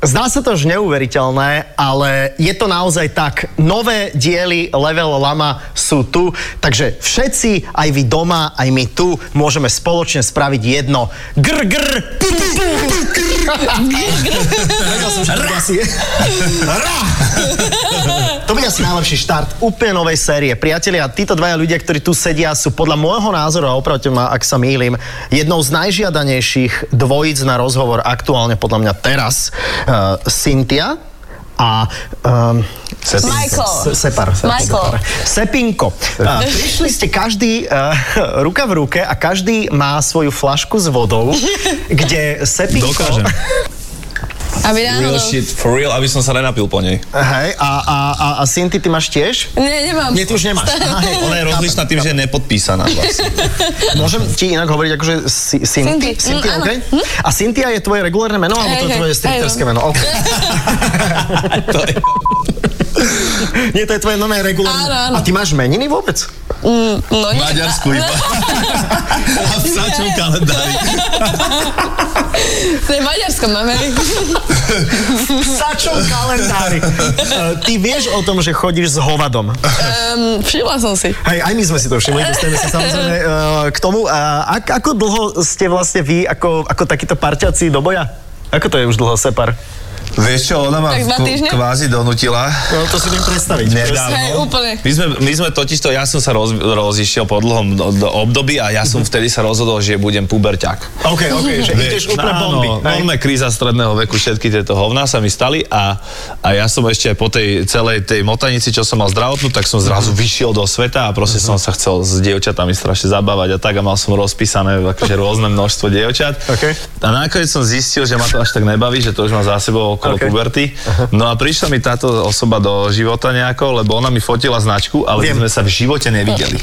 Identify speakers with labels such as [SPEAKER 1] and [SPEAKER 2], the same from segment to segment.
[SPEAKER 1] Zdá sa to už neuveriteľné, ale je to naozaj tak. Nové diely Level Lama sú tu, takže všetci, aj vy doma, aj my tu, môžeme spoločne spraviť jedno. Gr, gr, pu, pu, pu, gr. Vedel som, že to bude asi- Ra. To bude asi najlepší štart úplne novej série. Priatelia, títo dvaja ľudia, ktorí tu sedia, sú podľa môjho názoru, a opravte ma, ak sa mýlim, jednou z najžiadanejších dvojíc na rozhovor aktuálne podľa mňa teraz. Uh, Cynthia a um, Sepinko.
[SPEAKER 2] Michael.
[SPEAKER 1] Se- Separ. Separ.
[SPEAKER 2] Michael.
[SPEAKER 1] Sepinko. Uh, prišli ste každý uh, ruka v ruke a každý má svoju flašku s vodou, kde Sepinko...
[SPEAKER 3] Dokážem.
[SPEAKER 2] Aby ráno...
[SPEAKER 3] Real shit, for real, aby som sa nenapil po nej.
[SPEAKER 1] Hej, a, a, a, a Cinti, ty máš tiež?
[SPEAKER 2] Nie, nemám.
[SPEAKER 1] Nie, ty už nemáš. Aha, hej,
[SPEAKER 3] Ona je rozlišná tým, že je nepodpísaná vlastne.
[SPEAKER 1] Môžem ti inak hovoriť akože si, Cinti?
[SPEAKER 2] Cinti,
[SPEAKER 1] Cinti,
[SPEAKER 2] mm, áno.
[SPEAKER 1] okay? A Cintia je tvoje regulárne meno, alebo to je
[SPEAKER 2] Hej, hej,
[SPEAKER 1] tvoje
[SPEAKER 2] hej,
[SPEAKER 1] stripterské
[SPEAKER 2] no.
[SPEAKER 1] meno? Okay.
[SPEAKER 3] To je...
[SPEAKER 1] Nie, to je tvoje nové regulárne.
[SPEAKER 2] Áno, áno.
[SPEAKER 1] A ty máš meniny vôbec?
[SPEAKER 2] Mm, no
[SPEAKER 3] V
[SPEAKER 2] nie.
[SPEAKER 3] Maďarsku iba. A v sačom kalendári.
[SPEAKER 2] To je Maďarsko, máme. Ehm,
[SPEAKER 1] V sačom kalendári. Eh, Ty vieš o tom, že chodíš s hovadom.
[SPEAKER 2] Um, všimla som si.
[SPEAKER 1] Hej, aj my sme si to všimli, dostaneme sa samozrejme eh, k tomu. A ak, ako dlho ste vlastne vy ako, ako takíto parťaci do boja? Ako to je už dlho separ?
[SPEAKER 4] Vieš čo, ona ma
[SPEAKER 2] Tak dva
[SPEAKER 4] ku-
[SPEAKER 2] týždne?
[SPEAKER 4] kvázi donutila.
[SPEAKER 1] No, to si viem predstaviť.
[SPEAKER 3] Nedávno.
[SPEAKER 2] Hej, úplne.
[SPEAKER 3] My sme, my sme totižto, ja som sa roz, rozišiel po dlhom do, do období a ja som vtedy sa rozhodol, že budem puberťák.
[SPEAKER 1] OK, OK, že ideš úplne bomby.
[SPEAKER 3] Áno,
[SPEAKER 1] hej?
[SPEAKER 3] normálne kríza stredného veku, všetky tieto hovná sa mi stali a, a ja som ešte aj po tej celej tej motanici, čo som mal zdravotnú, tak som zrazu
[SPEAKER 4] Mhm.
[SPEAKER 3] vyšiel do sveta a proste som sa chcel s dievčatami strašne zabávať a tak a mal som rozpísané akože rôzne množstvo dievčat.
[SPEAKER 1] OK.
[SPEAKER 3] A nakoniec som zistil, že ma to až tak nebaví, že to už mám za sebou okolo
[SPEAKER 1] OK.
[SPEAKER 3] okay. puberty. No a prišla mi táto osoba do života nejako, lebo ona mi fotila značku, ale
[SPEAKER 1] Viem. Mhm,
[SPEAKER 3] my sme sa v živote nevideli.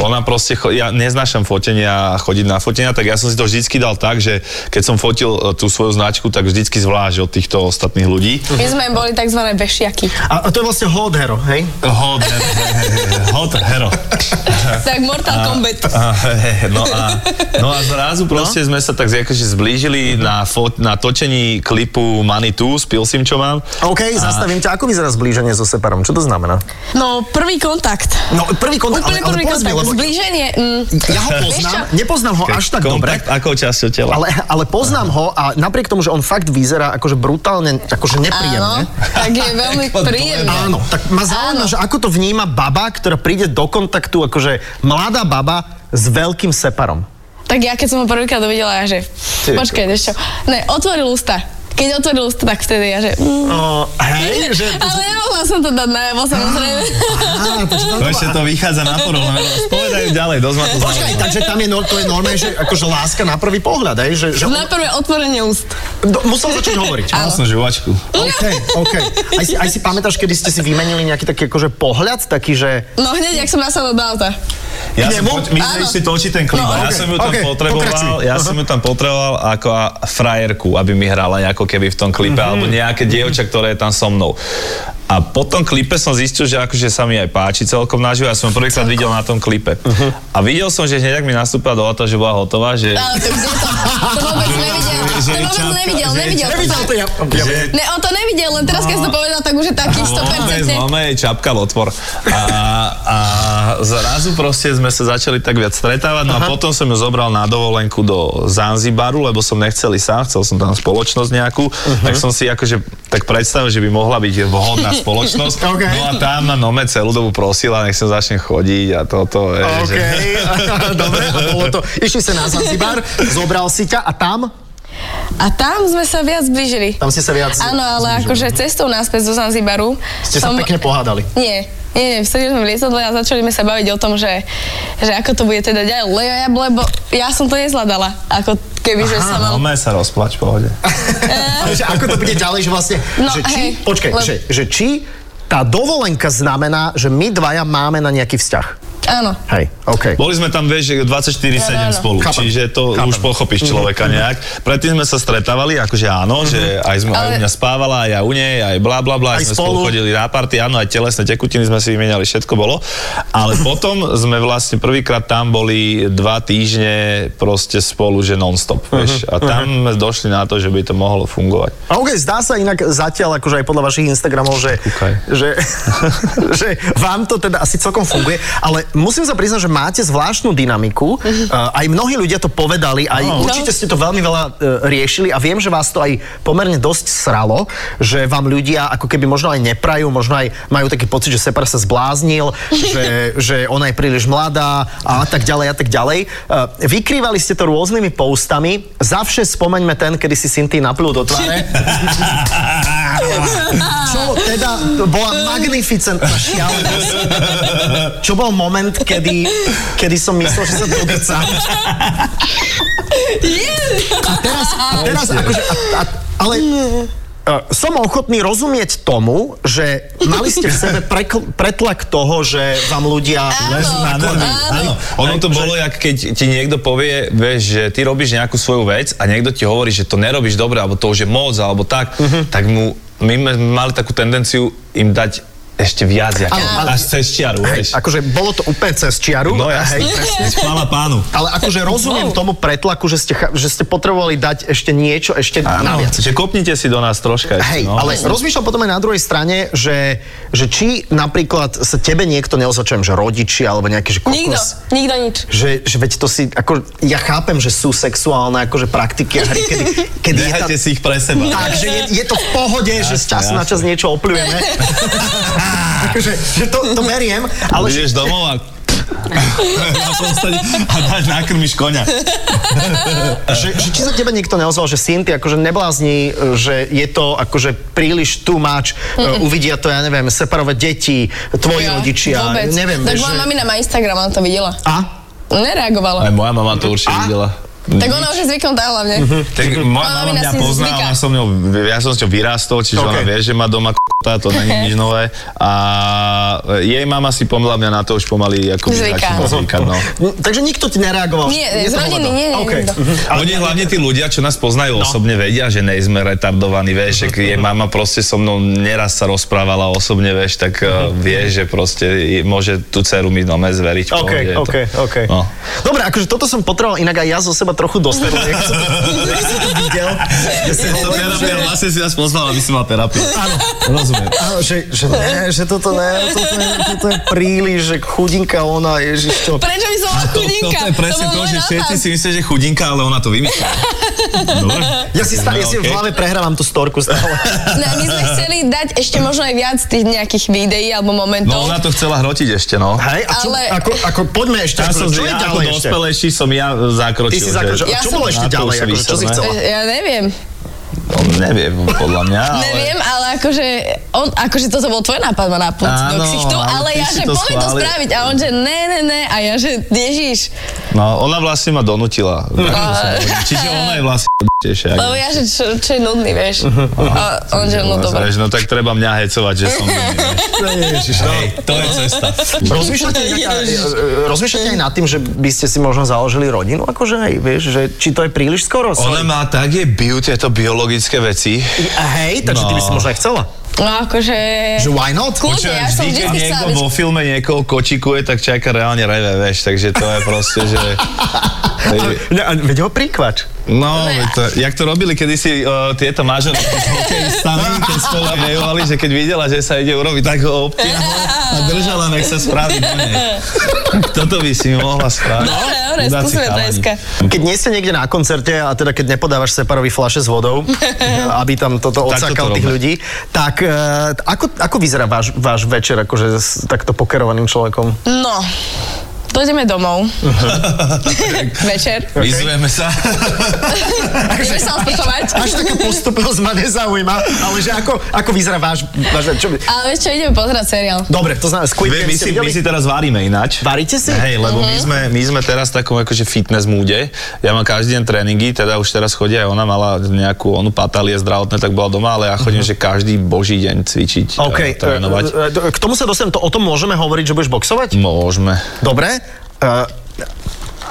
[SPEAKER 3] Ona proste, cho- ja neznášam fotenia a chodiť na fotenia, tak ja som si to vždycky dal tak, že keď som fotil e, tú svoju značku, tak vždycky zvlášť od týchto ostatných ľudí.
[SPEAKER 1] Mhm.
[SPEAKER 2] My sme boli tzv. bešiaky.
[SPEAKER 1] A, a to je vlastne hod hero, hej?
[SPEAKER 3] Hot, he- he- he- hot hero.
[SPEAKER 2] Tak Mortal Kombat.
[SPEAKER 3] A, he- he- No a, no a zrazu proste sme sa tak akože zblížili na, fot, na točení klipu Manitou s Pilsim, čo mám.
[SPEAKER 1] OK, a... zastavím ťa. Ako vyzerá zblíženie so separom? Čo to znamená?
[SPEAKER 2] No, prvý kontakt.
[SPEAKER 1] No, prvý kontakt,
[SPEAKER 2] Úplne
[SPEAKER 1] ale, ale
[SPEAKER 2] prvý
[SPEAKER 1] povedz mi,
[SPEAKER 2] kontakt.
[SPEAKER 1] lebo
[SPEAKER 2] Zblíženie. Mm.
[SPEAKER 1] ja ho
[SPEAKER 2] Vieš
[SPEAKER 1] poznám,
[SPEAKER 2] čo?
[SPEAKER 1] nepoznám ho až tak dobre,
[SPEAKER 3] Kontakt akou časťou tela?
[SPEAKER 1] ale, ale poznám ho a napriek tomu, že on fakt vyzerá akože brutálne, akože
[SPEAKER 2] Áno,
[SPEAKER 1] nepríjemne.
[SPEAKER 2] tak je veľmi príjemné.
[SPEAKER 1] Áno, tak ma zaujíma,
[SPEAKER 2] Áno.
[SPEAKER 1] že ako to vníma baba, ktorá príde do kontaktu, akože mladá baba s veľkým separom.
[SPEAKER 2] Tak ja keď som ho prvýkrát uvidela, ja že...
[SPEAKER 1] Ty
[SPEAKER 2] Počkaj, ešte. Ne, otvoril ústa. Keď otvoril ústa, tak vtedy ja že... Mm.
[SPEAKER 1] No, hej, že...
[SPEAKER 2] Ale nemohla som to dať najavo, samozrejme.
[SPEAKER 1] Á, takže tam-
[SPEAKER 3] No, Ešte to vychádza na porovnanie. Povedajú ďalej, dosť ma to
[SPEAKER 1] Počkaj,
[SPEAKER 3] zaujíma.
[SPEAKER 1] takže tam je, nor- to je normálne, že akože láska na prvý pohľad, hej, že, že on,
[SPEAKER 2] Na prvé otvorenie úst.
[SPEAKER 1] do, musel začať hovoriť.
[SPEAKER 3] Mal som žuvačku.
[SPEAKER 1] OK, OK. Aj si, aj si pamätáš, kedy ste si vymenili nejaký taký akože pohľad, taký, že...
[SPEAKER 2] No hneď, ak som nasadla do auta.
[SPEAKER 3] Ja
[SPEAKER 1] K
[SPEAKER 3] som,
[SPEAKER 1] nemu?
[SPEAKER 3] poč- my sme
[SPEAKER 2] Áno.
[SPEAKER 3] išli točiť ten klip.
[SPEAKER 1] No,
[SPEAKER 3] a ja
[SPEAKER 1] okej,
[SPEAKER 3] som ju tam
[SPEAKER 1] okej,
[SPEAKER 3] potreboval,
[SPEAKER 1] pokračuj.
[SPEAKER 3] ja som ju tam potreboval ako a frajerku, aby mi hrala ako keby v tom klipe,
[SPEAKER 1] Mhm.
[SPEAKER 3] alebo nejaké dievča, ktoré je tam so mnou. A po tom klipe som zistil, že akože sa mi aj páči celkom naživo. Ja som ju prvýkrát videl na tom klipe.
[SPEAKER 1] Mhm.
[SPEAKER 3] A videl som, že hneď ak mi nastúpila do auta, že bola hotová, že...
[SPEAKER 2] Ale to kde to? To vôbec nevidel.
[SPEAKER 3] Že
[SPEAKER 2] To
[SPEAKER 3] je
[SPEAKER 2] vôbec
[SPEAKER 3] čapka,
[SPEAKER 2] nevidel,
[SPEAKER 3] že je
[SPEAKER 2] nevidel. to.
[SPEAKER 1] Nevidel to ja. No. ja
[SPEAKER 3] že
[SPEAKER 2] Ne, on to nevidel, len teraz, keď si to povedal, tak už je taký
[SPEAKER 1] no,
[SPEAKER 3] Vôbec,
[SPEAKER 2] 100%.
[SPEAKER 3] máme jej čapkal otvor. A, a zrazu proste sme sa začali tak viac stretávať, no a potom som ju zobral na dovolenku do Zanzibaru, lebo som nechcel ísť sám, chcel som tam spoločnosť nejakú,
[SPEAKER 1] Mhm.
[SPEAKER 3] tak som si akože tak predstavil, že by mohla byť vhodná spoločnosť.
[SPEAKER 1] OK.
[SPEAKER 3] No a tam ma nome celú dobu prosila, nech som začne chodiť a toto. vieš,
[SPEAKER 1] OK,
[SPEAKER 3] že-
[SPEAKER 1] dobre, a bolo to. Išli ste na Zanzibar, zobral si ťa a tam?
[SPEAKER 2] A tam sme sa viac zbližili.
[SPEAKER 1] Tam ste sa viac...
[SPEAKER 2] Áno, ale akože cestou naspäť zo Zanzibaru
[SPEAKER 1] Ste sa pekne pohádali.
[SPEAKER 2] Nie, nie, nie, vstali sme v lietadle a začali sme sa baviť o tom, že, že ako to bude teda ďalej, lebo ja, lebo ja som to nezvládala, ako keby, že
[SPEAKER 1] no,
[SPEAKER 2] sa mal...
[SPEAKER 3] Nome sa rozplač, v pohode.
[SPEAKER 1] Ale že ako to bude ďalej, že vlastne...
[SPEAKER 2] Eh. No,
[SPEAKER 1] že či,
[SPEAKER 2] hej,
[SPEAKER 1] počkaj,
[SPEAKER 2] lebo-
[SPEAKER 1] že, že či tá dovolenka znamená, že my dvaja máme na nejaký vzťah.
[SPEAKER 2] Áno.
[SPEAKER 1] Hej, OK.
[SPEAKER 3] Boli sme tam, vieš, že 24-7
[SPEAKER 2] Áno, áno.
[SPEAKER 3] spolu,
[SPEAKER 1] Chápem.
[SPEAKER 3] čiže to
[SPEAKER 1] Chápem. Mhm.
[SPEAKER 3] už pochopíš človeka nejak. Predtým sme sa stretávali, akože áno, že aj, sme, aj u
[SPEAKER 2] Ale-
[SPEAKER 3] mňa spávala, aj ja u nej, aj bla bla
[SPEAKER 1] Mhm.
[SPEAKER 3] bla,
[SPEAKER 1] Aj
[SPEAKER 3] aj sme spolu
[SPEAKER 1] spolu.
[SPEAKER 3] chodili na party, áno, aj telesné tekutiny sme si vymieniali, všetko bolo. Ale potom sme vlastne prvýkrát tam boli dva týždne proste spolu, že non-stop, vieš.
[SPEAKER 1] Mhm.
[SPEAKER 3] A tam sme došli na to, že by to mohlo fungovať.
[SPEAKER 1] A OK, zdá sa inak zatiaľ, akože aj podľa vašich Instagramov, že,
[SPEAKER 3] Kúkaj.
[SPEAKER 1] že, že vám to teda asi celkom funguje, ale musím sa priznať, že máte zvláštnu dynamiku. Uh, aj mnohí ľudia to povedali, aj
[SPEAKER 3] No.
[SPEAKER 1] určite ste to veľmi veľa uh, riešili a viem, že vás to aj pomerne dosť sralo, že vám ľudia ako keby možno aj neprajú, možno aj majú taký pocit, že Separ sa zbláznil, že, že ona je príliš mladá a tak ďalej a tak ďalej. Uh, vykrývali ste to rôznymi postami. Zavše spomeňme ten, kedy si Sinti naplú do tváre. Čo teda bola magnificentná šialenosť. Čo bol moment, kedy, kedy som myslel, že sa dogecam. A teraz, a teraz akože, a, a, ale e, som ochotný rozumieť tomu, že mali ste v sebe prekl- pretlak toho, že vám ľudia...
[SPEAKER 3] Áno, áno, áno. Ono to bolo, jak keď ti niekto povie, vieš, že ty robíš nejakú svoju vec a niekto ti hovorí, že to nerobíš dobre, alebo to už je moc, alebo tak,
[SPEAKER 1] Mhm.
[SPEAKER 3] tak mu, my sme mali takú tendenciu im dať ešte viac, jak,
[SPEAKER 1] Áno, áno.
[SPEAKER 3] až cez čiaru, vieš.
[SPEAKER 1] Akože bolo to úplne cez čiaru.
[SPEAKER 3] No
[SPEAKER 1] Hej.
[SPEAKER 3] jasne, presne. Chvála pánu.
[SPEAKER 1] Ale akože rozumiem tomu pretlaku, že ste, cha- že ste potrebovali dať ešte niečo, ešte
[SPEAKER 3] Áno,
[SPEAKER 1] naviac.
[SPEAKER 3] že kopnite si do nás troška. ešte,
[SPEAKER 1] Hej,
[SPEAKER 3] no.
[SPEAKER 1] ale rozmýšľam potom aj na druhej strane, že, že či napríklad sa tebe niekto neoznačujem, že rodiči alebo nejaký, že
[SPEAKER 2] Nikto,
[SPEAKER 1] kokos,
[SPEAKER 2] nikto nič.
[SPEAKER 1] že, že veď to si, ako, ja chápem, že sú sexuálne akože praktiky a hry, kedy, kedy je tá, No.
[SPEAKER 3] Nehajte si ich pre seba.
[SPEAKER 1] tak, že je, je to v pohode, že z času na čas niečo opľujeme. Takže že to, to beriem, ale
[SPEAKER 3] Ale
[SPEAKER 1] že,
[SPEAKER 3] ideš domov a na posteli a dáš nakrmiš konia.
[SPEAKER 1] že, že či sa tebe niekto neozval, že Sinti akože neblázni, že je to akože príliš too much, uvidia to, ja neviem, separové deti, tvoji
[SPEAKER 2] Ja,
[SPEAKER 1] rodičia,
[SPEAKER 2] vôbec.
[SPEAKER 1] neviem.
[SPEAKER 2] Tak
[SPEAKER 1] vieš,
[SPEAKER 2] moja
[SPEAKER 1] že-
[SPEAKER 2] mamina má Instagram, ona to videla.
[SPEAKER 1] A?
[SPEAKER 3] Aj
[SPEAKER 2] Nereagovala.
[SPEAKER 3] moja mama to určite videla.
[SPEAKER 2] Tak ona už je zvyknutá hlavne.
[SPEAKER 3] Tak moja
[SPEAKER 2] Mama
[SPEAKER 3] mama
[SPEAKER 2] mi
[SPEAKER 3] mňa
[SPEAKER 2] asi
[SPEAKER 3] pozná,
[SPEAKER 2] zvyká.
[SPEAKER 3] ona so mňou, ja som s ňou vyrastol, čiže
[SPEAKER 1] OK.
[SPEAKER 3] okay. ona vie, že má doma k***a, to není nič nové. A jej mama si pomla mňa na to už pomaly ako
[SPEAKER 2] Zvyká.
[SPEAKER 3] začína zvykať, no.
[SPEAKER 1] No, Takže nikto ti nereagoval?
[SPEAKER 2] Nie,
[SPEAKER 1] Je
[SPEAKER 2] z
[SPEAKER 1] to
[SPEAKER 2] rodiny,
[SPEAKER 1] hovado.
[SPEAKER 2] nie, nie,
[SPEAKER 1] OK.
[SPEAKER 2] nikto.
[SPEAKER 3] Ale Oni hlavne tí ľudia, čo nás poznajú
[SPEAKER 1] No.
[SPEAKER 3] osobne, vedia, že nejsme retardovaní, vieš, že je mama proste so mnou neraz sa rozprávala osobne, vieš, tak
[SPEAKER 1] Mhm.
[SPEAKER 3] uh, vie, že proste je- môže tú dceru mi dome zveriť. v
[SPEAKER 1] OK,
[SPEAKER 3] pohode, je to-
[SPEAKER 1] OK, OK.
[SPEAKER 3] No.
[SPEAKER 1] Dobre, akože toto som potreboval, inak aj ja zo seba trochu dostal. Jak som to, jak som to videl. Ja si hovorím, že...
[SPEAKER 3] vlastne si nás poznal, aby si mal terapiu. Áno. Rozumiem.
[SPEAKER 1] Áno, že, že ne, že toto ne, toto je, toto je príliš, že chudinka ona, ježiš, čo.
[SPEAKER 2] Prečo by som bola
[SPEAKER 3] To, to,
[SPEAKER 2] chudinka?
[SPEAKER 3] to je presne
[SPEAKER 2] bol
[SPEAKER 3] to,
[SPEAKER 2] môj
[SPEAKER 3] že
[SPEAKER 2] nápad.
[SPEAKER 3] všetci si myslia, že chudinka, ale ona to vymyslela. Dobre.
[SPEAKER 1] Ja si, stále, ja si v
[SPEAKER 3] No, OK.
[SPEAKER 1] hlave prehrávam tú storku stále.
[SPEAKER 2] Ne, my sme chceli dať ešte možno aj viac tých nejakých videí alebo
[SPEAKER 3] No
[SPEAKER 2] momentov.
[SPEAKER 3] ona to chcela hrotiť ešte, no.
[SPEAKER 1] Hej, a čo,
[SPEAKER 2] Ale-
[SPEAKER 1] ako, ako, poďme ešte,
[SPEAKER 3] Ja
[SPEAKER 1] akože,
[SPEAKER 3] som
[SPEAKER 1] čo
[SPEAKER 3] zle-
[SPEAKER 1] je
[SPEAKER 3] ako
[SPEAKER 1] ďalej ešte?
[SPEAKER 3] dospelejší som ja zakročil.
[SPEAKER 1] Ty si
[SPEAKER 3] že-
[SPEAKER 1] zakočil, a
[SPEAKER 2] Ja
[SPEAKER 1] čo
[SPEAKER 2] som-
[SPEAKER 1] bolo ešte
[SPEAKER 3] Na to
[SPEAKER 1] ďalej,
[SPEAKER 3] už sa
[SPEAKER 1] akože, čo si
[SPEAKER 3] vyserme.
[SPEAKER 1] chcela?
[SPEAKER 2] E, Ja neviem.
[SPEAKER 3] No, neviem, podľa mňa. Ale...
[SPEAKER 2] Neviem, ale akože, on, akože toto bol tvoj nápad ma na do
[SPEAKER 3] Áno,
[SPEAKER 2] ksichtu,
[SPEAKER 3] ale
[SPEAKER 2] ale
[SPEAKER 3] ty
[SPEAKER 2] ja
[SPEAKER 3] si
[SPEAKER 2] že
[SPEAKER 3] to
[SPEAKER 2] poďme to
[SPEAKER 3] schválil.
[SPEAKER 2] spraviť a on že ne, ne, ne a ja že ježiš.
[SPEAKER 3] No, ona vlastne ma donutila. Čiže ona je vlastne tiež.
[SPEAKER 2] Lebo No. ja že čo, čo je nudný, vieš. A on že no dobre.
[SPEAKER 3] No tak treba mňa hecovať, že som... Ježiš, no. Hej, to je cesta.
[SPEAKER 1] Rozmýšľate, inak aj- e, rozmýšľate aj nad tým, že by ste si možno založili rodinu, akože aj, vieš, že či to je príliš skoro?
[SPEAKER 3] Ona má tak je bio tieto biologické veci.
[SPEAKER 1] A hej, takže ty by si
[SPEAKER 3] No.
[SPEAKER 1] možno aj chcela.
[SPEAKER 2] No akože...
[SPEAKER 1] Že why not?
[SPEAKER 2] Kľudne,
[SPEAKER 3] Čo,
[SPEAKER 2] ja som
[SPEAKER 3] vždy, keď
[SPEAKER 2] vždy chcela
[SPEAKER 3] niekto
[SPEAKER 2] byť...
[SPEAKER 3] vo filme niekoho kočikuje, tak čaká reálne reve, vieš, takže to je proste, že...
[SPEAKER 1] Ne, a veď ho prikvač.
[SPEAKER 3] No, veď to, jak to robili kedysi uh, tieto mážory sami, keď spolu bojovali, že keď videla, že sa ide urobiť, tak ho obtiahla a držala, nech sa spraví na nej. Toto by si mohla spraviť. No,
[SPEAKER 2] Dobre, skúsime to dneska.
[SPEAKER 1] Keď nie ste niekde na koncerte, a teda keď nepodávaš separový flaše s vodou, aby tam toto
[SPEAKER 3] Tak toto
[SPEAKER 1] odsákal tých
[SPEAKER 3] robme.
[SPEAKER 1] ľudí, tak e, ako, ako vyzerá váš, váš večer akože s takto pokerovaným človekom?
[SPEAKER 2] No, dojdeme domov. Večer.
[SPEAKER 3] Vyzujeme sa.
[SPEAKER 2] Ideme sa odpočovať.
[SPEAKER 1] Až taká postupnosť ma nezaujíma, ale že ako, ako vyzerá váš... váš čo, by-
[SPEAKER 2] Ale vieš čo, ideme pozerať seriál.
[SPEAKER 1] dobre, to znamená, Squid
[SPEAKER 3] My,
[SPEAKER 1] Game
[SPEAKER 3] my,
[SPEAKER 1] ste
[SPEAKER 3] si, my
[SPEAKER 1] videli?
[SPEAKER 3] si teraz varíme ináč.
[SPEAKER 1] Varíte si?
[SPEAKER 3] Hej, lebo my
[SPEAKER 2] Mhm.
[SPEAKER 3] sme, my sme teraz v takom akože fitness múde. Ja mám každý deň tréningy, teda už teraz chodia aj ona, mala nejakú onu patalie zdravotné, tak bola doma, ale ja chodím, že každý boží deň cvičiť,
[SPEAKER 1] OK,
[SPEAKER 3] okay, trénovať.
[SPEAKER 1] e, e, k tomu sa dostanem, to, o tom môžeme hovoriť, že budeš boxovať?
[SPEAKER 3] Hm. Môžeme.
[SPEAKER 1] Dobre. Uh,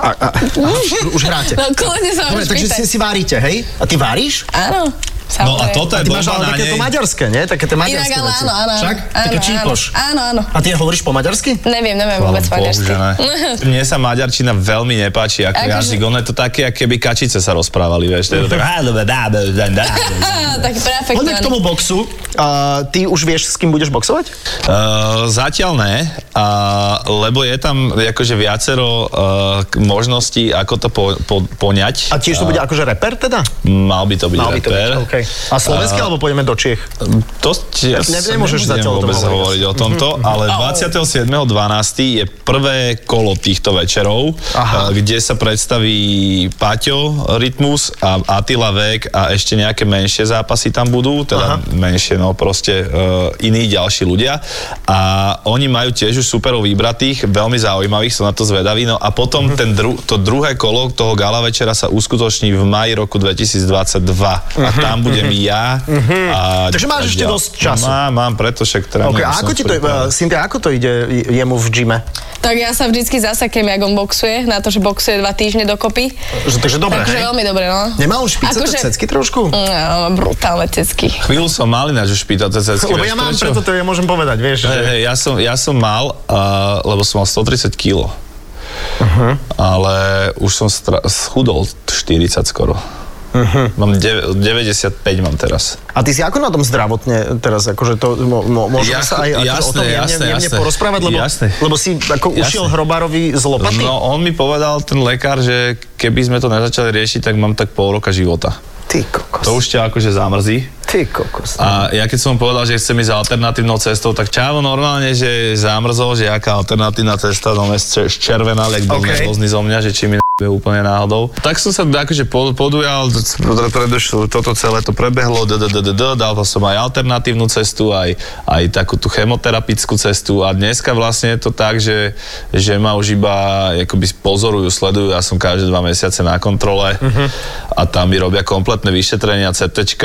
[SPEAKER 1] a, a, a, už, už hráte.
[SPEAKER 2] No kľudne sa
[SPEAKER 1] Dobre,
[SPEAKER 2] môžeš
[SPEAKER 1] takže
[SPEAKER 2] pýtať.
[SPEAKER 1] si, si varíte, hej? A ty varíš?
[SPEAKER 2] Áno,
[SPEAKER 3] No a
[SPEAKER 2] samozrejme.
[SPEAKER 3] toto je
[SPEAKER 1] Ty máš
[SPEAKER 3] bomba
[SPEAKER 1] ale
[SPEAKER 3] na
[SPEAKER 1] také
[SPEAKER 3] nej.
[SPEAKER 1] to maďarské, nie? Také tie
[SPEAKER 2] Inak
[SPEAKER 1] maďarské
[SPEAKER 2] ale
[SPEAKER 1] veci.
[SPEAKER 2] áno, áno, áno.
[SPEAKER 1] Však? Také
[SPEAKER 2] Áno,
[SPEAKER 1] číkoš.
[SPEAKER 2] Áno, áno.
[SPEAKER 1] A ty hovoríš po maďarsky?
[SPEAKER 2] Neviem, neviem vôbec po
[SPEAKER 3] Bohu,
[SPEAKER 2] anglicky.
[SPEAKER 3] že ne. Mne sa maďarčina veľmi nepáči ako
[SPEAKER 2] Akože-
[SPEAKER 3] jazyk. Ono je to také, ako keby kačice sa rozprávali, vieš. To je to tak...
[SPEAKER 2] Á, Taký
[SPEAKER 1] Poďme k tomu
[SPEAKER 2] perfektovaný.
[SPEAKER 1] boxu. Uh, ty už vieš, s kým budeš boxovať?
[SPEAKER 3] Uh, zatiaľ ne, a, lebo je tam akože viacero uh, k- možností, ako to po, po, poňať.
[SPEAKER 1] A tiež to bude akože reper teda?
[SPEAKER 3] Mal by to byť
[SPEAKER 1] Mal by to byť,
[SPEAKER 3] reper.
[SPEAKER 1] okay. A slovenský, alebo pôjdeme do Čiech?
[SPEAKER 3] To ti- ja
[SPEAKER 1] Ne-
[SPEAKER 3] sa
[SPEAKER 1] nemôžeš
[SPEAKER 3] nebudem
[SPEAKER 1] zatiaľ o tom
[SPEAKER 3] vôbec
[SPEAKER 1] hovoriť. Mhm.
[SPEAKER 3] hovoriť o tomto, ale 27.12. je prvé kolo týchto večerov,
[SPEAKER 1] Aha.
[SPEAKER 3] eh, kde sa predstaví Paťo Rytmus a Atila Vek a ešte nejaké menšie zápasy tam budú, teda
[SPEAKER 1] Aha.
[SPEAKER 3] menšie, no proste eh, iní ďalší ľudia. A oni majú tiež už superov vybratých, veľmi zaujímavých, som na to zvedavý. No a potom
[SPEAKER 1] Mhm.
[SPEAKER 3] ten dru- to druhé kolo toho gala večera sa uskutoční v maji roku 2022. A
[SPEAKER 1] Mhm.
[SPEAKER 3] tam budem ja a
[SPEAKER 1] Takže máš
[SPEAKER 3] a
[SPEAKER 1] ešte
[SPEAKER 3] ďal-
[SPEAKER 1] dosť času.
[SPEAKER 3] Mám, mám, preto však teda trénujem.
[SPEAKER 1] OK, a ako ti to, uh, Cynthia, ako to ide j- jemu v gyme?
[SPEAKER 2] Tak ja sa vždycky zasekem, jak on boxuje, na to, že boxuje dva týždne dokopy.
[SPEAKER 1] Že, takže dobre,
[SPEAKER 2] Takže
[SPEAKER 1] hej?
[SPEAKER 2] veľmi dobre, no.
[SPEAKER 1] Nemá on špice
[SPEAKER 2] Akože-
[SPEAKER 1] cecky trošku?
[SPEAKER 2] No, brutálne cecky.
[SPEAKER 3] Chvíľu som mal ináč už pýtať cecky.
[SPEAKER 1] Lebo ja mám, preto to ja môžem povedať, vieš.
[SPEAKER 3] Hej,
[SPEAKER 1] Že...
[SPEAKER 3] hej, ja, som, ja som mal, uh, lebo som mal 130 kg.
[SPEAKER 1] Uh-huh.
[SPEAKER 3] Ale už som stra- schudol 40 skoro.
[SPEAKER 1] Uh-huh.
[SPEAKER 3] Mám dev- 95 mám teraz.
[SPEAKER 1] A ty si ako na tom zdravotne teraz, akože to mo, mo, môžeme
[SPEAKER 3] Jasné,
[SPEAKER 1] sa aj akože o tom
[SPEAKER 3] jasné,
[SPEAKER 1] jemne,
[SPEAKER 3] jasné,
[SPEAKER 1] jemne
[SPEAKER 3] jasné.
[SPEAKER 1] porozprávať, lebo,
[SPEAKER 3] Jasné.
[SPEAKER 1] lebo si ako
[SPEAKER 3] Jasné.
[SPEAKER 1] ušiel Hrobárovi z lopaty.
[SPEAKER 3] No on mi povedal, ten lekár, že keby sme to nezačali riešiť, tak mám tak pol roka života.
[SPEAKER 1] Ty kokos.
[SPEAKER 3] To už ťa akože zamrzí.
[SPEAKER 1] Ty kokos.
[SPEAKER 3] A ja keď som mu povedal, že chcem ísť alternatívnou cestou, tak čavo normálne, že zamrzol, že aká alternatívna cesta, no mňa červená, ale bol
[SPEAKER 1] OK.
[SPEAKER 3] okay. nervózny zo mňa, že či mi je úplne náhodou. Tak som sa akože po- podujal, pre- predošlo- toto celé to prebehlo, d- d- d- d- d, dal som aj alternatívnu cestu, aj, aj takú tú chemoterapickú cestu a dneska vlastne je to tak, že, že ma už iba akoby pozorujú, sledujú, ja som každé dva mesiace na kontrole a tam mi robia kompletné vyšetrenia, CT,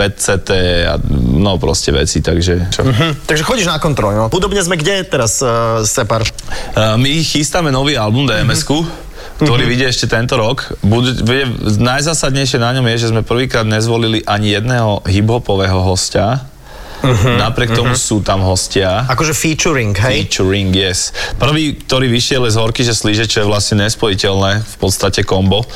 [SPEAKER 3] PCT a no proste veci, takže... Čo?
[SPEAKER 1] Hm, Takže chodíš na kontrolu. No. Podobne sme kde teraz, uh, Separ?
[SPEAKER 3] Uh, my chystáme nový album DMS-ku, ktorý vyjde ešte tento rok. Bude, bude, najzásadnejšie na ňom je, že sme prvýkrát nezvolili ani jedného hiphopového hostia. Napriek tomu sú tam hostia.
[SPEAKER 1] Akože featuring, hej?
[SPEAKER 3] Featuring, yes. Prvý, ktorý vyšiel je z Horky, že slíže, čo je vlastne nespojiteľné, v podstate kombo, uh,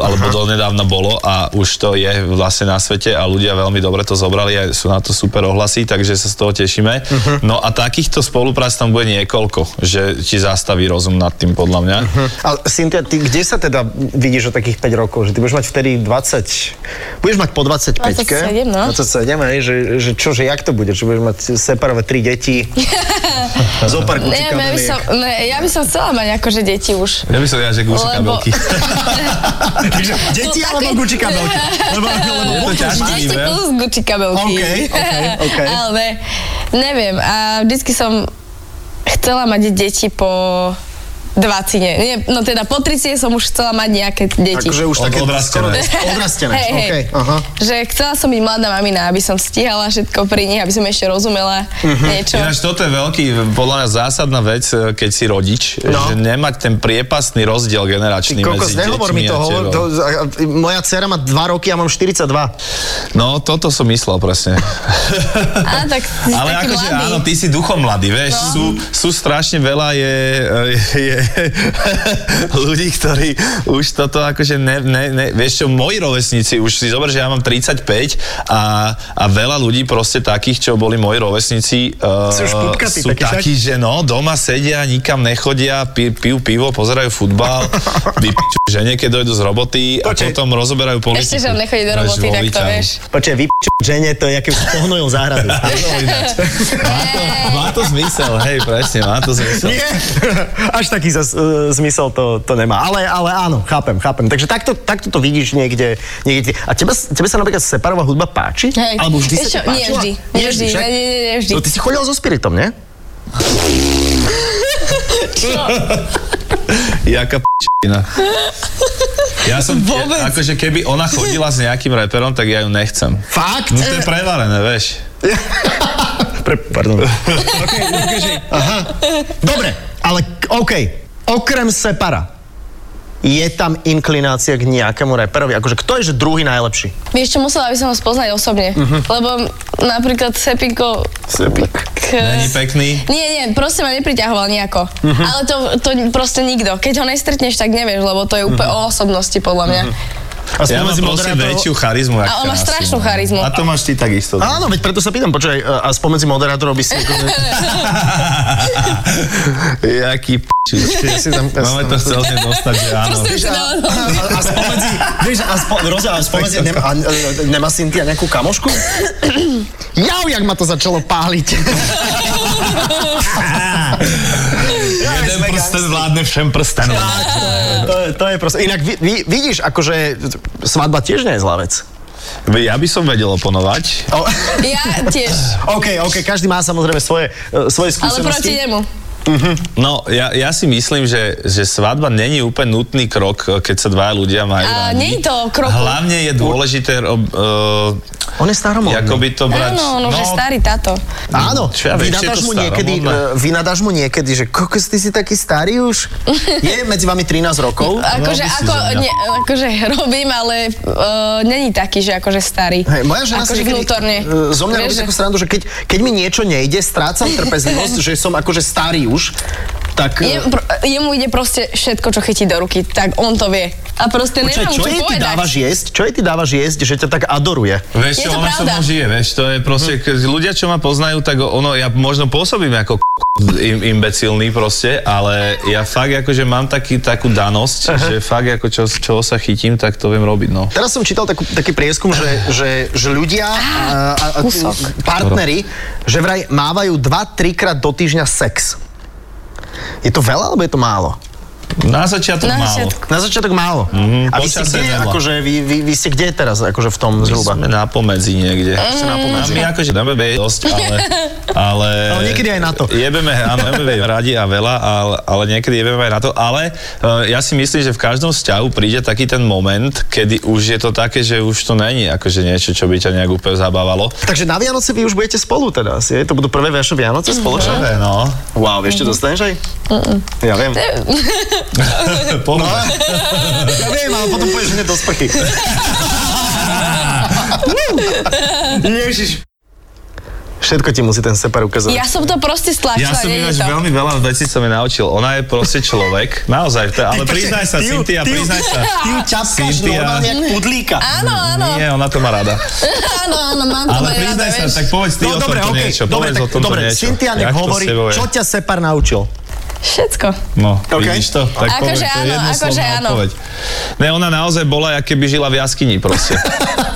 [SPEAKER 3] alebo to nedávna bolo a už to je vlastne na svete a ľudia veľmi dobre to zobrali a sú na to super ohlasy, takže sa z toho tešíme.
[SPEAKER 1] Mhm.
[SPEAKER 3] No a takýchto spoluprác tam bude niekoľko, že ti zastaví rozum nad tým, podľa mňa.
[SPEAKER 1] A Cynthia, ty kde sa teda vidíš o takých 5 rokov? Že ty budeš mať vtedy 20... Budeš mať po 25
[SPEAKER 2] 27, no.
[SPEAKER 1] 27, hej? Že, že čo, že jak to bude? Že budeš mať separové 3 deti? Zopár
[SPEAKER 2] Neviem, ja by,
[SPEAKER 1] kucikaveliek?
[SPEAKER 2] som, ne, ja by som chcela mať akože deti už.
[SPEAKER 3] Ja by som ja, že gúšu
[SPEAKER 2] Lebo-
[SPEAKER 3] kabelky.
[SPEAKER 1] Takže deti
[SPEAKER 2] No,
[SPEAKER 1] alebo
[SPEAKER 2] také-
[SPEAKER 1] Gucci kabelky? Lebo, lebo
[SPEAKER 3] Je to ťažký
[SPEAKER 2] Ešte
[SPEAKER 3] výber.
[SPEAKER 2] plus Gucci kabelky.
[SPEAKER 1] OK, OK, OK.
[SPEAKER 2] Ale neviem, a vždycky som chcela mať deti po 20, nie, nie, no teda po 30 som už chcela mať nejaké deti.
[SPEAKER 1] Akože už
[SPEAKER 3] Od-
[SPEAKER 1] také
[SPEAKER 3] odrastené.
[SPEAKER 1] skoro dosť odrastené.
[SPEAKER 2] Hej, hej.
[SPEAKER 1] OK, aha.
[SPEAKER 2] Že chcela som byť mladá mamina, aby som stíhala všetko pri nich, aby som ešte rozumela
[SPEAKER 1] Mhm.
[SPEAKER 2] niečo.
[SPEAKER 3] Ináč toto je veľký, podľa mňa zásadná vec, e, keď si rodič,
[SPEAKER 1] No.
[SPEAKER 3] že nemať ten priepasný rozdiel generačný
[SPEAKER 1] Ty kokos,
[SPEAKER 3] medzi
[SPEAKER 1] nehovor
[SPEAKER 3] deťmi
[SPEAKER 1] mi to,
[SPEAKER 3] a
[SPEAKER 1] hovor,
[SPEAKER 3] tebou.
[SPEAKER 1] to, a- a- moja dcera má 2 roky, ja mám 42.
[SPEAKER 3] No, toto som myslel presne.
[SPEAKER 2] Á, tak si
[SPEAKER 3] Ale
[SPEAKER 2] taký
[SPEAKER 3] akože
[SPEAKER 2] mladý.
[SPEAKER 3] áno, ty si duchom mladý, vieš, no. sú, sú strašne veľa je, je, je ľudí, ktorí už toto akože ne, ne, ne, vieš čo, moji rovesníci, už si zober, že ja mám 35 a, a veľa ľudí proste takých, čo boli moji rovesníci, uh,
[SPEAKER 1] Sú už pupkatí,
[SPEAKER 3] sú
[SPEAKER 1] takí však?
[SPEAKER 3] takí, že no, doma sedia, nikam nechodia, pi- pijú pivo, pozerajú futbal, vypičujú žene, keď dojdu z roboty a
[SPEAKER 1] Počkej.
[SPEAKER 3] potom rozoberajú politiku.
[SPEAKER 2] Ešte, že on nechodí do
[SPEAKER 3] Až
[SPEAKER 2] roboty,
[SPEAKER 3] vo
[SPEAKER 2] tak to
[SPEAKER 3] výťahu.
[SPEAKER 2] vieš.
[SPEAKER 1] Počkaj, vy žene, to je aké pohnojil záhradu.
[SPEAKER 3] Áno, ináč. Má to, má to zmysel, hej, presne, má to zmysel.
[SPEAKER 1] Nie, až taký zas, e, zmysel to, to nemá. Ale, ale áno, chápem, chápem. Takže takto, takto to vidíš niekde. niekde. A tebe, tebe sa napríklad separová hudba páči?
[SPEAKER 2] Hej.
[SPEAKER 1] Alebo vždy
[SPEAKER 2] Vieš
[SPEAKER 1] sa
[SPEAKER 2] čo,
[SPEAKER 1] ti
[SPEAKER 2] nie
[SPEAKER 1] páčila?
[SPEAKER 2] vždy. Nie vždy,
[SPEAKER 1] však?
[SPEAKER 2] nie, nie, nie vždy.
[SPEAKER 1] No ty si chodil so Spiritom, nie?
[SPEAKER 3] Jaká p***ina. Ja som, ja, akože keby ona chodila s nejakým reperom, tak ja ju nechcem.
[SPEAKER 1] Fakt?
[SPEAKER 3] No to
[SPEAKER 2] Eh.
[SPEAKER 3] je prevarené, vieš.
[SPEAKER 1] Pre, pardon. okay, Aha. Dobre, ale k- OK. Okrem Separa, je tam inklinácia k nejakému reperovi? Akože kto je že druhý najlepší?
[SPEAKER 2] Vieš čo, musela by som ho spoznať osobne.
[SPEAKER 1] Mhm.
[SPEAKER 2] Lebo napríklad Sepinko...
[SPEAKER 1] Sepik.
[SPEAKER 2] K...
[SPEAKER 3] Není pekný.
[SPEAKER 2] Nie, nie, proste ma nepriťahoval nejako.
[SPEAKER 1] Mhm.
[SPEAKER 2] Ale to, to proste nikto. Keď ho nestretneš, tak nevieš, lebo to je
[SPEAKER 1] Mhm.
[SPEAKER 2] úplne o osobnosti podľa mňa.
[SPEAKER 1] A
[SPEAKER 3] Ja mám
[SPEAKER 1] spomedzi
[SPEAKER 3] proste
[SPEAKER 1] moderátorov-
[SPEAKER 3] väčšiu charizmu. jak
[SPEAKER 2] A on má
[SPEAKER 3] krásny,
[SPEAKER 2] strašnú
[SPEAKER 3] no.
[SPEAKER 2] charizmu.
[SPEAKER 3] A to máš ty takisto.
[SPEAKER 1] Áno, veď preto sa pýtam, počkaj, e, a a spomedzi moderátorov by si...
[SPEAKER 3] Jaký p***č.
[SPEAKER 1] Ty si tam...
[SPEAKER 3] Máme to chcel z nej dostať, že áno.
[SPEAKER 2] Proste už dala
[SPEAKER 1] A, a, a spomedzi, vieš, a, spo, Roza, a spomedzi, nem, a, a, nemá Cynthia nejakú kamošku? Jau, jak ma to začalo páliť. Ja,
[SPEAKER 3] Jeden
[SPEAKER 1] sme
[SPEAKER 3] prsten vládne všem prstenom.
[SPEAKER 1] To je, to, je, to je proste... Inak vi, vi, vidíš, akože svadba tiež nie je zlá vec.
[SPEAKER 3] Ja by som vedel oponovať.
[SPEAKER 1] O,
[SPEAKER 2] Ja tiež,
[SPEAKER 1] OK, OK, každý má samozrejme svoje, e, svoje
[SPEAKER 2] ale
[SPEAKER 1] skúsenosti.
[SPEAKER 2] proti nemu.
[SPEAKER 3] No, ja, ja si myslím, že, že svadba není úplne nutný krok, eh, keď sa dva ľudia majú
[SPEAKER 2] A
[SPEAKER 3] radi.
[SPEAKER 2] nie je to krok.
[SPEAKER 3] Hlavne je dôležité rob, uh,
[SPEAKER 1] On je staromodný.
[SPEAKER 3] jakoby to brať...
[SPEAKER 2] Áno, no, že starý táto.
[SPEAKER 1] Áno,
[SPEAKER 3] Čo ja viem,
[SPEAKER 1] vynadáš
[SPEAKER 3] či je to
[SPEAKER 1] mu, niekedy,
[SPEAKER 3] staromodné.
[SPEAKER 1] e, vynadáš mu niekedy, že kokos, ty si taký starý už. Je medzi vami 13 rokov.
[SPEAKER 2] Akože,
[SPEAKER 3] Robí si
[SPEAKER 2] ako,
[SPEAKER 3] za mňa.
[SPEAKER 2] nie, akože robím, ale uh, není taký, že akože starý.
[SPEAKER 1] Hej, moja žena si
[SPEAKER 2] akože
[SPEAKER 1] niekedy,
[SPEAKER 2] vnútorne.
[SPEAKER 1] e, zo mňa
[SPEAKER 2] Vieš,
[SPEAKER 1] robí
[SPEAKER 2] že-
[SPEAKER 1] takú srandu, že keď, keď mi niečo nejde, strácam trpezlivosť, že som akože starý už, tak... e,
[SPEAKER 2] Je, pr- jemu ide proste všetko, čo chytí do ruky, tak on to vie. A proste
[SPEAKER 1] Počkaj,
[SPEAKER 2] nemám
[SPEAKER 1] čo
[SPEAKER 2] čo,
[SPEAKER 1] jej ty
[SPEAKER 2] povedať.
[SPEAKER 1] dávaš jesť? Čo jej ty dávaš jesť, že ťa tak adoruje?
[SPEAKER 3] Vieš,
[SPEAKER 2] Je
[SPEAKER 3] čo,
[SPEAKER 2] to
[SPEAKER 3] ono
[SPEAKER 2] pravda.
[SPEAKER 3] sa mnou žije, vieš, to je proste, keď ľudia, čo ma poznajú, tak ono, ja možno pôsobím ako k- im, imbecilný proste, ale ja fakt akože mám taký, takú danosť, že fakt ako čo, čoho sa chytím, tak to viem robiť, no.
[SPEAKER 1] Teraz som čítal takú, taký prieskum, že, že, že ľudia a, a, a
[SPEAKER 2] Kúsok.
[SPEAKER 1] partneri, že vraj mávajú 2-3 krát do týždňa sex. Je to veľa, alebo je to málo?
[SPEAKER 3] Na začiatok
[SPEAKER 2] Na
[SPEAKER 3] málo.
[SPEAKER 2] začiatku.
[SPEAKER 1] Na začiatok málo.
[SPEAKER 3] Mhm,
[SPEAKER 1] a vy ste,
[SPEAKER 3] počasie
[SPEAKER 1] kde,
[SPEAKER 3] veľa.
[SPEAKER 1] akože, vy, vy, vy ste kde teraz akože v tom zhruba?
[SPEAKER 3] Sme na pomedzi niekde. Sme na pomedzi. My akože dáme vej dosť, ale... Ale,
[SPEAKER 1] Ale niekedy aj na to.
[SPEAKER 3] Jebeme, áno, jebeme vej radi a veľa, ale, ale niekedy jebeme aj na to. Ale uh, ja si myslím, že v každom vzťahu príde taký ten moment, kedy už je to také, že už to není akože niečo, čo by ťa nejak úplne zabávalo.
[SPEAKER 1] Takže na Vianoce vy už budete spolu teda asi, je? To budú prvé vaše Vianoce spoločné?
[SPEAKER 3] Prvé, no.
[SPEAKER 1] Wow, vieš, čo dostaneš aj? Ja viem.
[SPEAKER 3] Poďme.
[SPEAKER 1] Ja viem, ale potom pôjdeš hneď do sprchy. Ježiš. Všetko ti musí ten separ ukázať.
[SPEAKER 2] Ja som to proste
[SPEAKER 3] Ja
[SPEAKER 2] stlačila,
[SPEAKER 3] som
[SPEAKER 2] nie je
[SPEAKER 3] ináč
[SPEAKER 2] to.
[SPEAKER 3] veľmi veľa vecí som jej naučil. Ona je proste človek. Naozaj, to- ale
[SPEAKER 1] Počkaj,
[SPEAKER 3] priznaj sa,
[SPEAKER 1] ty ju-
[SPEAKER 3] Cynthia,
[SPEAKER 1] ty ju-
[SPEAKER 3] priznaj sa.
[SPEAKER 1] Ty ju ťapkáš
[SPEAKER 3] Cynthia.
[SPEAKER 1] normálne jak pudlíka.
[SPEAKER 2] Áno, áno,
[SPEAKER 3] Nie, ona to má rada.
[SPEAKER 2] áno, áno, mám to
[SPEAKER 3] Ale
[SPEAKER 2] veľmi rada,
[SPEAKER 3] priznaj sa,
[SPEAKER 2] vieš.
[SPEAKER 3] tak povedz ty
[SPEAKER 1] No
[SPEAKER 3] o tomto
[SPEAKER 1] dobre, okej,
[SPEAKER 3] niečo.
[SPEAKER 1] dobre,
[SPEAKER 3] povedz
[SPEAKER 1] tak,
[SPEAKER 3] o tomto
[SPEAKER 1] dobre,
[SPEAKER 3] niečo.
[SPEAKER 1] Cynthia nech
[SPEAKER 3] Jak to
[SPEAKER 1] hovorí,
[SPEAKER 3] s tebou je?
[SPEAKER 1] čo ťa separ naučil?
[SPEAKER 2] Všetko.
[SPEAKER 3] No,
[SPEAKER 1] OK.
[SPEAKER 3] vidíš to? Tak
[SPEAKER 2] Akože
[SPEAKER 3] povedz, to je
[SPEAKER 2] áno,
[SPEAKER 3] jednoslovná
[SPEAKER 2] akože áno.
[SPEAKER 3] odpoveď. Ne, ona naozaj bola, jak keby žila v jaskyni proste.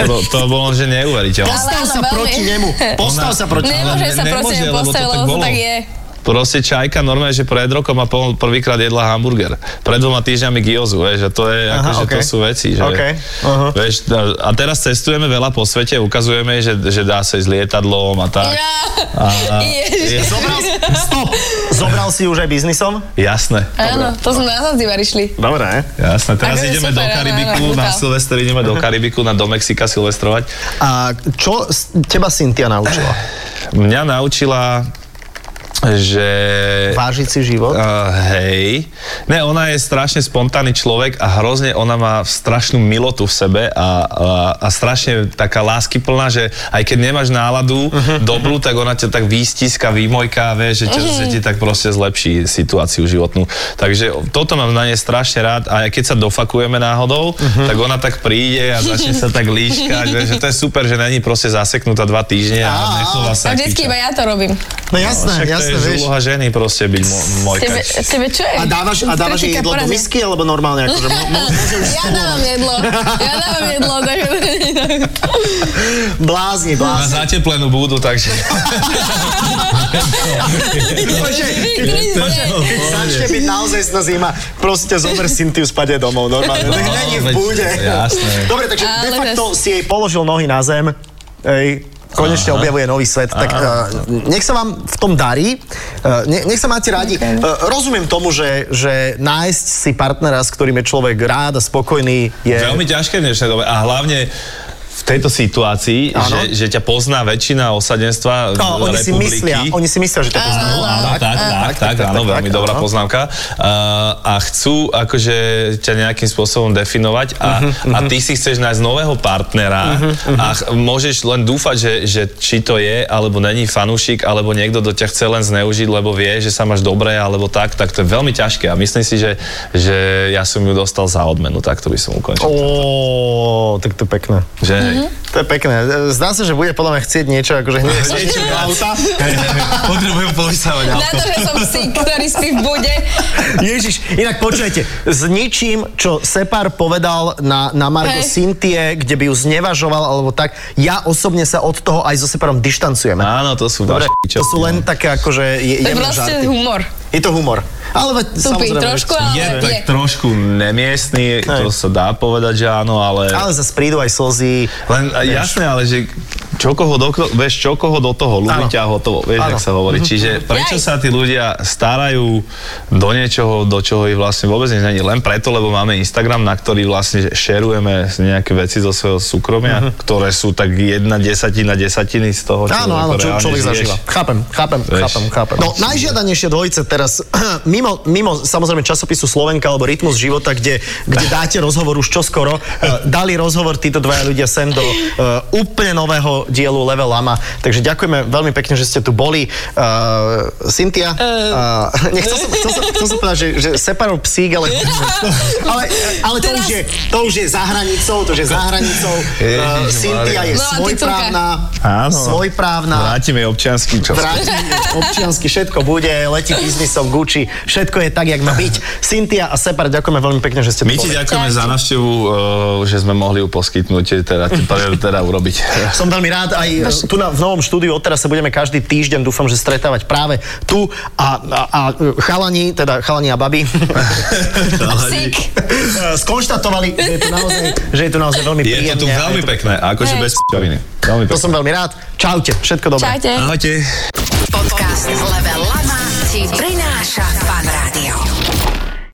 [SPEAKER 3] to, to bolo, že neuveriteľné.
[SPEAKER 2] Ale
[SPEAKER 1] Postav
[SPEAKER 2] áno,
[SPEAKER 1] sa
[SPEAKER 2] veľmi.
[SPEAKER 1] proti nemu. Postav
[SPEAKER 3] Ona-
[SPEAKER 1] sa proti nemu.
[SPEAKER 2] Nemôže
[SPEAKER 3] ne-
[SPEAKER 2] sa proste
[SPEAKER 3] nemôže, lebo to
[SPEAKER 2] postaviť,
[SPEAKER 3] tak
[SPEAKER 2] lebo to
[SPEAKER 3] bolo.
[SPEAKER 2] tak je.
[SPEAKER 3] Proste čajka normálne, že pred rokom a pol, prvýkrát jedla hamburger. Pred dvoma týždňami gyozu, vieš, a to je,
[SPEAKER 1] Aha,
[SPEAKER 3] Aha, akože
[SPEAKER 1] okej.
[SPEAKER 3] to sú veci, že...
[SPEAKER 1] Okej, aha.
[SPEAKER 3] Vieš, a a teraz cestujeme veľa po svete, ukazujeme, že, že dá sa ísť lietadlom a tak.
[SPEAKER 2] Ja.
[SPEAKER 3] A, a,
[SPEAKER 2] Ježiš.
[SPEAKER 3] je,
[SPEAKER 1] Zobral, stop. Zobral si už aj biznisom?
[SPEAKER 3] jasné.
[SPEAKER 2] Áno, to sme na Zanzibar išli.
[SPEAKER 1] Dobre.
[SPEAKER 3] Jasné, teraz
[SPEAKER 2] Akože
[SPEAKER 3] ideme
[SPEAKER 2] super,
[SPEAKER 3] do
[SPEAKER 2] áno,
[SPEAKER 3] Karibiku,
[SPEAKER 2] áno,
[SPEAKER 3] na
[SPEAKER 2] brutál.
[SPEAKER 3] Silvester ideme do Karibiku, na do Mexika silvestrovať.
[SPEAKER 1] A čo s- teba Cynthia naučila?
[SPEAKER 3] Mňa naučila, že...
[SPEAKER 1] Vážiť si život?
[SPEAKER 3] Uh, hej. Ne, ona je strašne spontánny človek a hrozne ona má strašnú milotu v sebe a, a, a strašne taká láskyplná, že aj keď nemáš náladu
[SPEAKER 1] Mhm.
[SPEAKER 3] dobrú, tak ona ťa tak výstiska, výmojká, vie, že ťa
[SPEAKER 1] Mhm.
[SPEAKER 3] že ti tak proste zlepší situáciu životnú. Takže toto mám na nej strašne rád a aj keď sa dofakujeme náhodou,
[SPEAKER 1] Mhm.
[SPEAKER 3] tak ona tak príde a začne sa tak líškať, vieš, že to je super, že není proste zaseknutá dva týždne a
[SPEAKER 1] Á,
[SPEAKER 3] nechová
[SPEAKER 2] A
[SPEAKER 3] sa. jak
[SPEAKER 2] vždycky
[SPEAKER 3] piča.
[SPEAKER 2] iba ja to robím.
[SPEAKER 1] No jasné,
[SPEAKER 3] Však
[SPEAKER 1] jasné,
[SPEAKER 3] to je že
[SPEAKER 1] vieš.
[SPEAKER 3] úloha ženy proste byť mo-
[SPEAKER 2] Tebe,
[SPEAKER 3] mojkač.
[SPEAKER 2] tebe čo je?
[SPEAKER 1] A dávaš, a dávaš jej
[SPEAKER 2] Kritika
[SPEAKER 1] jedlo do
[SPEAKER 2] porazia.
[SPEAKER 1] misky, alebo normálne? Akože, mo- mo-
[SPEAKER 2] Ja dávam jedlo. Ja dávam jedlo, takže to nie je
[SPEAKER 1] Blázni,
[SPEAKER 3] Má
[SPEAKER 1] blázni.
[SPEAKER 3] zateplenú budu, takže...
[SPEAKER 1] Keď začne byť naozaj sná zima, proste zober Sintiu spade domov, normálne. Nech
[SPEAKER 3] No,
[SPEAKER 1] není v
[SPEAKER 3] veď,
[SPEAKER 1] bude.
[SPEAKER 3] jasné.
[SPEAKER 1] Dobre, takže de
[SPEAKER 2] Ale
[SPEAKER 1] facto si jej položil nohy na zem. Ej, konečne objavuje nový svet. Tak eh, nech sa vám v tom darí, Eh, ne- nech sa máte rádi. Eh, Rozumiem tomu, že, že nájsť si partnera, s ktorým je človek rád a spokojný, je...
[SPEAKER 3] Veľmi ťažké v dnešnej dobe a hlavne v tejto situácii,
[SPEAKER 1] Áno.
[SPEAKER 3] že, že ťa pozná väčšina osadenstva
[SPEAKER 1] No, oni si
[SPEAKER 3] republiky.
[SPEAKER 1] myslia, oni si myslia, že to poznajú.
[SPEAKER 3] Áno, áno, tak, tak, tak, tak, áno, veľmi
[SPEAKER 1] tak,
[SPEAKER 3] dobrá
[SPEAKER 1] áno.
[SPEAKER 3] poznámka. A, a chcú akože ťa nejakým spôsobom definovať a, a ty si chceš nájsť nového partnera a ch- môžeš len dúfať, že, že či to je, alebo není fanúšik, alebo niekto do ťa chce len zneužiť, lebo vie, že sa máš dobre, alebo tak, tak to je veľmi ťažké a myslím si, že, že ja som ju dostal za odmenu, tak to by som ukončil.
[SPEAKER 1] Ó, tak to je pekné.
[SPEAKER 3] Že, hej.
[SPEAKER 1] To je pekné. Zdá sa, že bude podľa mňa chcieť niečo, akože hneď
[SPEAKER 3] Niečo
[SPEAKER 1] do
[SPEAKER 3] viac.
[SPEAKER 1] auta.
[SPEAKER 3] Potrebujem povysávať
[SPEAKER 2] Na to, že som si, ktorý spí v bude.
[SPEAKER 1] Ježiš, inak počujete, s ničím, čo Separ povedal na, na Margo
[SPEAKER 2] Hej.
[SPEAKER 1] Sintie, kde by ju znevažoval alebo tak, ja osobne sa od toho aj so Separom dištancujeme.
[SPEAKER 3] Áno, to sú
[SPEAKER 1] Dobre,
[SPEAKER 3] vaše
[SPEAKER 1] to sú len také akože je,
[SPEAKER 2] To je
[SPEAKER 1] jemné
[SPEAKER 2] proste
[SPEAKER 1] žarty.
[SPEAKER 2] humor.
[SPEAKER 1] Je to humor. Ale veď
[SPEAKER 2] Tupý
[SPEAKER 1] samozrejme, že
[SPEAKER 2] trošku,
[SPEAKER 1] chcú.
[SPEAKER 2] ale
[SPEAKER 3] Je
[SPEAKER 2] je.
[SPEAKER 3] tak trošku nemiestný, to sa dá povedať, že áno, ale...
[SPEAKER 1] Ale zase prídu aj slzy.
[SPEAKER 3] Len a
[SPEAKER 1] Vieš.
[SPEAKER 3] jasné, ale že čo koho do, vieš, čo koho do toho, ľudí
[SPEAKER 1] Áno.
[SPEAKER 3] ťa hotovo, vieš,
[SPEAKER 1] Áno. Mhm.
[SPEAKER 3] jak sa hovorí. Čiže prečo
[SPEAKER 2] Jaj.
[SPEAKER 3] sa tí ľudia starajú do niečoho, do čoho ich vlastne vôbec nič není? Len preto, lebo máme Instagram, na ktorý vlastne šerujeme nejaké veci zo svojho
[SPEAKER 1] Mhm.
[SPEAKER 3] súkromia, ktoré sú tak jedna desatina desatiny z toho, čo,
[SPEAKER 1] Áno, áno, čo,
[SPEAKER 3] reálne
[SPEAKER 1] človek
[SPEAKER 3] žiješ.
[SPEAKER 1] zažíva. Chápem, chápem,
[SPEAKER 3] Vieš.
[SPEAKER 1] chápem, chápem. No, najžiadanejšia dvojice teraz, mimo, mimo samozrejme časopisu Slovenka alebo Rytmus života, kde, kde dáte rozhovor už čoskoro, eh, dali rozhovor títo dvaja ľudia sem do eh, úplne nového dielu Level Lama. Takže ďakujeme veľmi pekne, že ste tu boli. Uh, Cynthia,
[SPEAKER 2] Eh,
[SPEAKER 1] uh, nechcel som, chcel som, chcel som povedať, že, že separov psík, ale, ale, ale to, už je, to už je za hranicou, to už je za hranicou. Uh,
[SPEAKER 3] Ježišmarja.
[SPEAKER 1] Cynthia je
[SPEAKER 2] No a titulka.
[SPEAKER 1] svojprávna,
[SPEAKER 3] Áno.
[SPEAKER 1] svojprávna,
[SPEAKER 3] Vrátime občiansky čas.
[SPEAKER 1] vráti občiansky, všetko bude, letí biznisom, Gucci, všetko je tak, jak má byť. Cynthia a Separ, ďakujeme veľmi pekne, že ste tu
[SPEAKER 3] My ti
[SPEAKER 1] boli.
[SPEAKER 3] ďakujeme za návštevu, eh, že sme mohli ju poskytnúť, teda, teda, teda urobiť.
[SPEAKER 1] Som veľmi rád, aj e, tu na, v novom štúdiu odteraz sa budeme každý týždeň, dúfam, že stretávať práve tu a, a, a e, chalani, teda chalani a babi,
[SPEAKER 2] Psík.
[SPEAKER 1] e, skonštatovali, že je to naozaj, že je to naozaj veľmi
[SPEAKER 3] Je
[SPEAKER 1] príjemné.
[SPEAKER 3] to tu
[SPEAKER 1] a
[SPEAKER 3] veľmi
[SPEAKER 1] je to-
[SPEAKER 3] pekné, akože
[SPEAKER 2] Hej.
[SPEAKER 3] bez p***oviny. Veľmi
[SPEAKER 1] To
[SPEAKER 3] pekné.
[SPEAKER 1] som veľmi rád. Čaute, všetko dobré.
[SPEAKER 2] Čaute.
[SPEAKER 3] Ahojte.
[SPEAKER 5] Podcast z Level Lama